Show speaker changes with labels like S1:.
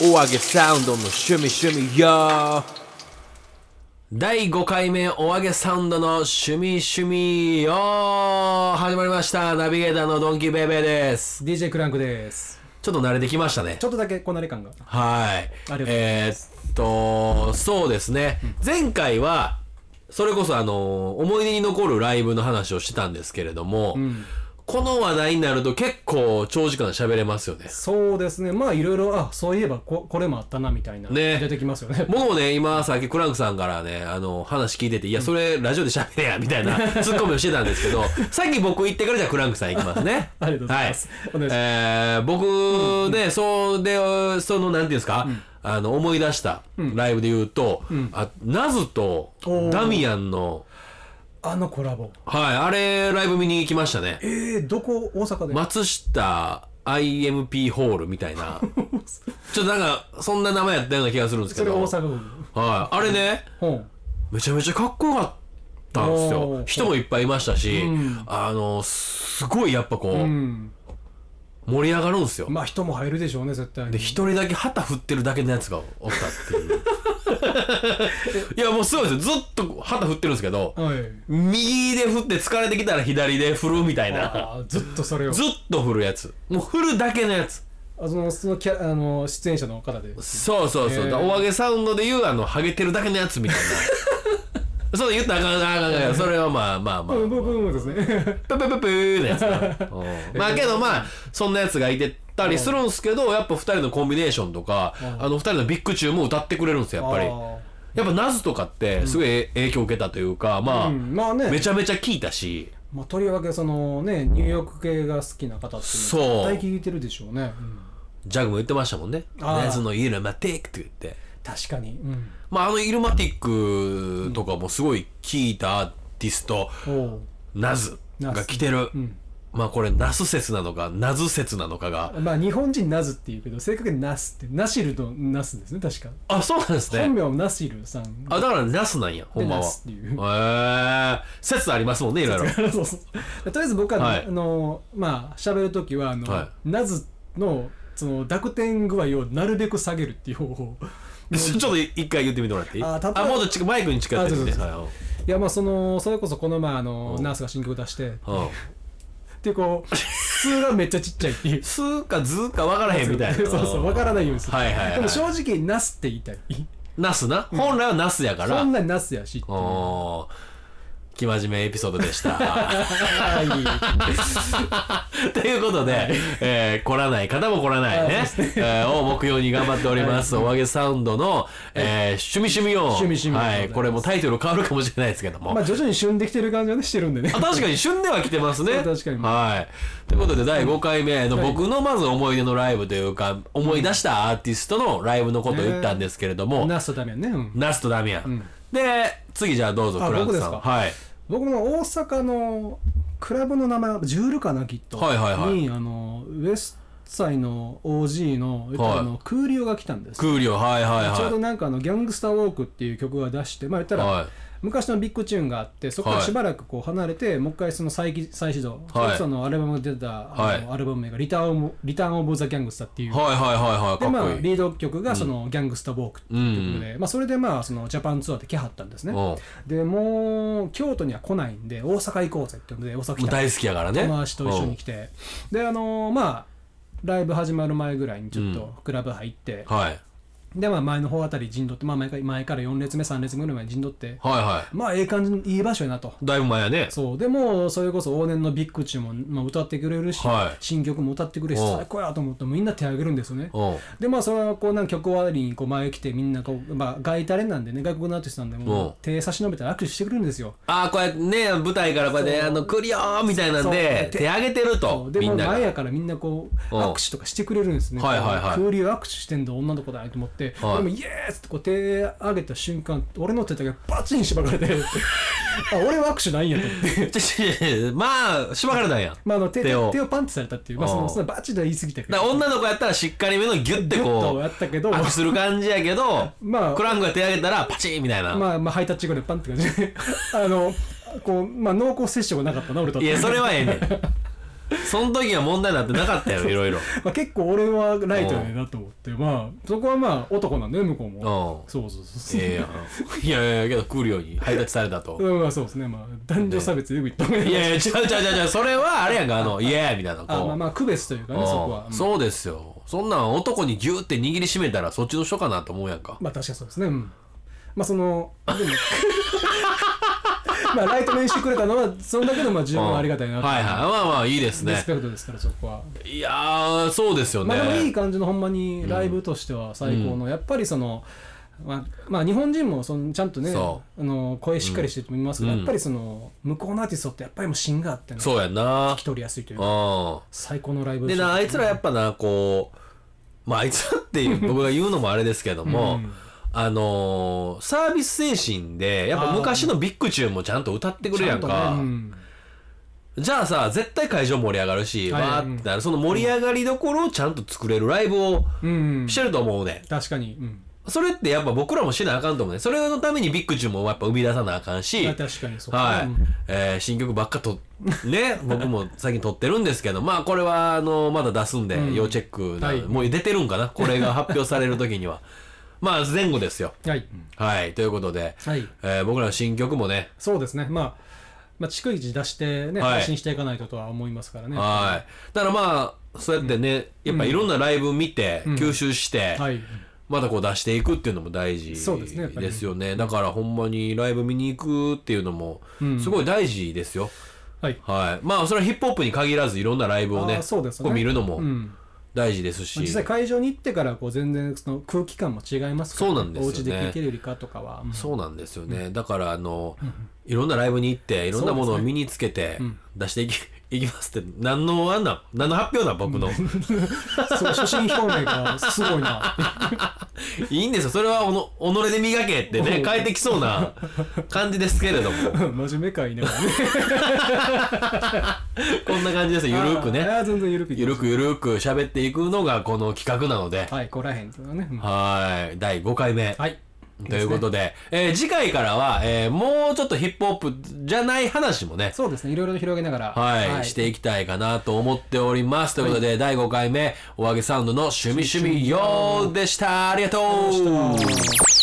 S1: お揚げサウンドの趣味趣味よ第5回目お揚げサウンドの趣味趣味よ始まりましたナビゲーターのドンキーベイベーです
S2: DJ クランクです
S1: ちょっと慣れてきましたね
S2: ちょっとだけこなれ感が
S1: はい
S2: ありがとうござい
S1: えーっとそうですね、前回はそれこそあの思い出に残るライブの話をしてたんですけれども、この話題になると結構長時間喋れますよね
S2: そうですねまあいろいろあそういえばここれもあったなみたいな、
S1: ね
S2: 出てきますよね
S1: 僕もね、今、さっきクランクさんからね、あの、話聞いてて、いや、それ、ラジオで喋れや、みたいな、ツッコミをしてたんですけど、さっき僕行ってから、じゃあクランクさん行きますね。
S2: ありがとうございますお願いします
S1: えー僕ね、そうで、その、なんていうんですか、あの、思い出したライブで言うと、あ、ナズと
S2: おー
S1: ダミアンの、
S2: あのコラボ
S1: はい、あれ、ライブ見に行きましたね。
S2: えー、どこ大阪で、
S1: 松下 IMP ホールみたい な、ちょっとなんか、そんな名前やったような気がするんですけ
S2: それ
S1: ど、
S2: 大
S1: はい、
S2: 阪府
S1: あれね、
S2: 本
S1: めちゃめちゃかっこよかったんです
S2: お
S1: よ
S2: ー
S1: 人もいっぱいいましたし、
S2: うん
S1: あのすごいやっぱこう、
S2: うん
S1: 盛り上がるんですよ、
S2: まあ人も入るでしょうね絶対に
S1: で一人だけ旗振ってるだけのやつがおったって いういやもうすごいですよずっと旗振ってるんですけど
S2: はい
S1: 右で振って疲れてきたら左で振るみたいな
S2: あーずっとそれを
S1: ずっと振るやつもう振るだけのやつ
S2: あそのそのキャあの出演者の方で
S1: そうそうそう、
S2: へー
S1: だからお揚げサウンドで言うあのハゲてるだけのやつみたい なそう言ったらあかんあかんあかんあかんそれはまあまあまあ、
S2: ブーブーブーブーですね
S1: ププププーのやつなうんまあけどまあそんなやつがいてたりするんすけどやっぱ2人のコンビネーションとかあの2人のビッグチューも歌ってくれるんですよやっぱり
S2: あー
S1: やっぱナズとかってすごい影響を受けたというかま
S2: うんまあ
S1: あ
S2: ね
S1: めちゃめちゃ聴いたし
S2: まあ、とりわけそのねニューヨーク系が好きな方っていうのは
S1: そう
S2: 絶対聞いてるでしょうね、うん
S1: ジャグも言ってましたもんね「
S2: あー
S1: ナズのイルマティック」って言って
S2: 確かに、うん、
S1: まああのイルマティックとかもすごい聴いたアーティスト
S2: おお
S1: ナズが来てる
S2: ん
S1: まあこれナス説なのかナズ説なのかが
S2: うまあ日本人ナズっていうけど正確にナスってナシルとナスですね確か
S1: あそうなんですね
S2: 本名はナシルさん
S1: あ、だからナスなんや、ほんまは。
S2: ナ
S1: へ
S2: スっていう
S1: え説ありますもんね、いろいろ。
S2: そうそうそうとりあえず僕は、
S1: はい
S2: あのまあ喋る時はあの、
S1: は
S2: ナズのその濁点具合をなるべく下げるっていう方法
S1: ちょっと一回言ってみてもらっていい
S2: あ
S1: あ
S2: 例えば
S1: もうちょっと近くマイクに近づいてみて。
S2: あ
S1: はい
S2: いやまあそのそれこそこの前あの
S1: うん
S2: ナースが新曲出して
S1: うん
S2: でこう「数」がめっちゃちっちゃいっていう
S1: すーかずーか分からへんみたいな。
S2: そうそう分からないようにする、
S1: はいはいはい
S2: でも正直ナスって言いたい
S1: ナスな。本来はナスやから。
S2: そん
S1: お
S2: なにナスやしっていう
S1: ー。生真面目エピソードでした。
S2: あーいい
S1: ということで、えー、来らない方も来らないね、えーを目標に頑張っております。お揚げサウンドの、えー、趣味趣味を。
S2: 趣味趣味
S1: は
S2: でござい
S1: い。
S2: ます
S1: これもタイトル変わるかもしれないですけども。
S2: まあ徐々に旬できてる感じはねしてるんでね
S1: あ確かに旬では来てますね。
S2: そう確か に
S1: はい。ということで、第5回目の僕のまず思い出のライブというか、思い出したアーティストのライブのことを言ったんですけれども、
S2: ナスとダメやね、うん、
S1: ナスとダミアン。で、次じゃあどうぞ、
S2: あ
S1: クランクさん。
S2: 僕ですか
S1: はい。
S2: 僕も大阪のクラブの名前はジュールかなきっと、
S1: はいはいはい
S2: にあのウエストサイの OG の,、
S1: はい
S2: あのクーリオが来たんです
S1: クーリオ、はいはい
S2: ちょうど
S1: は
S2: なんかあの「ギャングスターウォーク」っていう曲が出してまあ言った
S1: い。
S2: ら、
S1: は
S2: 昔のビッグチューンがあってそこからしばらくこう離れて、もう一回その再起再始動、
S1: はい
S2: そのアルバムが出たあの、
S1: はい
S2: アルバム名がリターンオブ「リターン・オブ・ザ・ギャングスター」ってい
S1: い。
S2: う
S1: はいはいはいはい。
S2: で
S1: か
S2: ま
S1: っ
S2: あ
S1: こいい。
S2: リード曲がそのギャングスターウォークっていう曲で、まあそれでまあそのジャパンツアーで来はったんです
S1: う
S2: ね
S1: ん。。も
S2: でもう京都には来ないんで大阪行こうぜっていうので大阪来
S1: う
S2: た
S1: 大好きやからね。
S2: 友達と一緒に来てであのーまあライブ始まる前ぐらいにちょっ
S1: うん
S2: とクラブ入って
S1: う、んはい。
S2: でまあ前の方あたり陣取って、まあ、前から前から4列目3列目ぐらいまで陣取って
S1: はいは
S2: まあええ感じのいい場所やなと
S1: い。だいぶ前やね。
S2: そうでもうそれこそ往年のビッグチューンも、まあ、歌ってくれるし、
S1: はい
S2: 新曲も歌ってくれるし
S1: うん
S2: 最高やと思ってみんな手挙げるんですよね
S1: うん。
S2: でまあそれはこうなんか曲終わりにこう前来てみんなこう、まあ、外タレなんでね外国のアーティストなんでも
S1: うん
S2: う手差し伸べて握手してくれるんですよ
S1: ああ、こうやってね、舞台からこうやって、
S2: そう
S1: あの、クリオーみたいなん
S2: そ
S1: で
S2: う、手
S1: 手上げてる
S2: そ
S1: と
S2: う。で
S1: み
S2: も
S1: ん
S2: う
S1: なが
S2: 前。やからみんなこう
S1: うん
S2: 握手とかしてくれるんですね
S1: はいはいはい
S2: こうクーリーは握手してんだ女の子だと思って、
S1: はい
S2: でもイエーイってこう手上げた瞬間俺の手だけバチンしばか れてあ俺は握手ないんやと思って。
S1: ちょちょちょまあ、しばかれたんや。
S2: まあ、あの手
S1: 手
S2: 手
S1: を
S2: をパンチされたっていう、まあ、そ
S1: うん
S2: のそのバチでは言い過ぎたけ
S1: だ
S2: ど
S1: から女の子やったらしっかりめのギュッて
S2: ギュッと
S1: こ
S2: やったけ
S1: う
S2: ど
S1: 握手する感じやけど、
S2: まあ
S1: クランクが手上げたらパチンみたいな、
S2: まあまあハイタッチぐらいパンって感じであのこう、まあ、濃厚接触はなかったな俺と
S1: いやそれはええねんその時は問題になってなかったやろいろいろ
S2: まあ、結構俺はライトやねんなと思ってまあそこはまあ男なんだよ 向こうも
S1: うん
S2: そうそうそう
S1: ええやんいやいやけど来るように配達されたと
S2: うんまあそうですねまあ男女差別よく言ったもんや
S1: いやいや違う違う違う違うそれはあれやんかあの「イエーイ!」みたいなこう
S2: あまあまあ区別というか
S1: う
S2: ね
S1: ん
S2: そこは、うん
S1: そうですよそんなん男にギューって握りしめたらそっちの人かなと思うやんか
S2: まあ確かにそうですねうんまあそのでも まあライト面してくれたのはそんだけでもまあ十分ありがたいなって
S1: はいはいまあまあいいです
S2: リ
S1: ね
S2: スペクトですからそこは、
S1: いやーそうですよね、
S2: まあでもいい感じのほんまにライブとしては最高の、やっぱりそのまあ、まあ日本人もそのちゃんとね
S1: そ
S2: あの声しっかりしてると思いますけど、
S1: うん
S2: やっぱりその向こうのアーティストってやっぱりもう芯があってね
S1: そうやな
S2: 聞き取りやすいというか
S1: う
S2: 最高のライブ
S1: んでなあいつらやっぱなこうまああいつらって いう僕が言うのもあれですけども、
S2: うん
S1: あのーサービス精神でやっぱ昔のビッグチューンもちゃんと歌ってくる
S2: ち
S1: や
S2: ゃ
S1: ん
S2: と
S1: か
S2: ねうん
S1: じゃあさ絶対会場盛り上がるし、
S2: はい
S1: わーってなるその盛り上がりどころをちゃんと作れるライブを
S2: うん
S1: してると思うねん、
S2: 確かに、うん、
S1: それってやっぱ僕らもしなあかんと思うねそれのためにビッグチューンもやっぱ生み出さなあかんし
S2: あ確かにそう
S1: はい
S2: うん
S1: えー新曲ばっかとね 僕も最近撮ってるんですけどまあこれはあのまだ出すんで、
S2: うん
S1: 要チェックな、
S2: はい
S1: もう出てるんかなこれ が発表される時にはまあ前後ですよ
S2: はい、
S1: はいということで、
S2: はい
S1: えー僕らの新曲もね
S2: そうですね、まあ、まあ、逐一出して、ね
S1: はい
S2: 配信していかないととは思いますからね。
S1: はいだからまあそうやってね、やっぱいろんなライブ見て、吸収して、
S2: はい、
S1: まだこう出していくっていうのも大事
S2: そうですねやっぱり
S1: ですよねだからほんまにライブ見に行くっていうのもすごい大事ですよ、
S2: はい
S1: はいまあそれはヒップホップに限らずいろんなライブをね
S2: あーそうですね
S1: こう見るの
S2: う
S1: も
S2: んま
S1: 大事です
S2: あ
S1: し、
S2: 実際会場に行ってからこう全然その空気感も違いますから、
S1: そうなんですよね
S2: お家で聴けるよりかとかは、うん
S1: そうなんですよね、だからあの、いろんなライブに行っていろんなものを身につけて出していき,、 いきますって何のあんなん何の発表なん僕の
S2: そう初心表明がすごいな
S1: いいんですよそれはおの己で磨けってね
S2: おう
S1: 変えてきそうな感じですけれども
S2: 真面目かいながらね
S1: こんな感じですよゆるくね
S2: あー全然ゆるくいき
S1: ゆ
S2: ま
S1: る
S2: す
S1: くゆるく喋っていくのがこの企画なので、
S2: はいこらへんっていうのはね、うん
S1: はい、第5回目。
S2: はい
S1: ということで、えー次回からは、えーもうちょっとヒップホップじゃない話もね、
S2: そうですねいろいろ広げながら
S1: はい、していきたいかなと思っております。ということで、第5回目、お揚げサウンドの趣味趣味よーでした。ありがとう
S2: い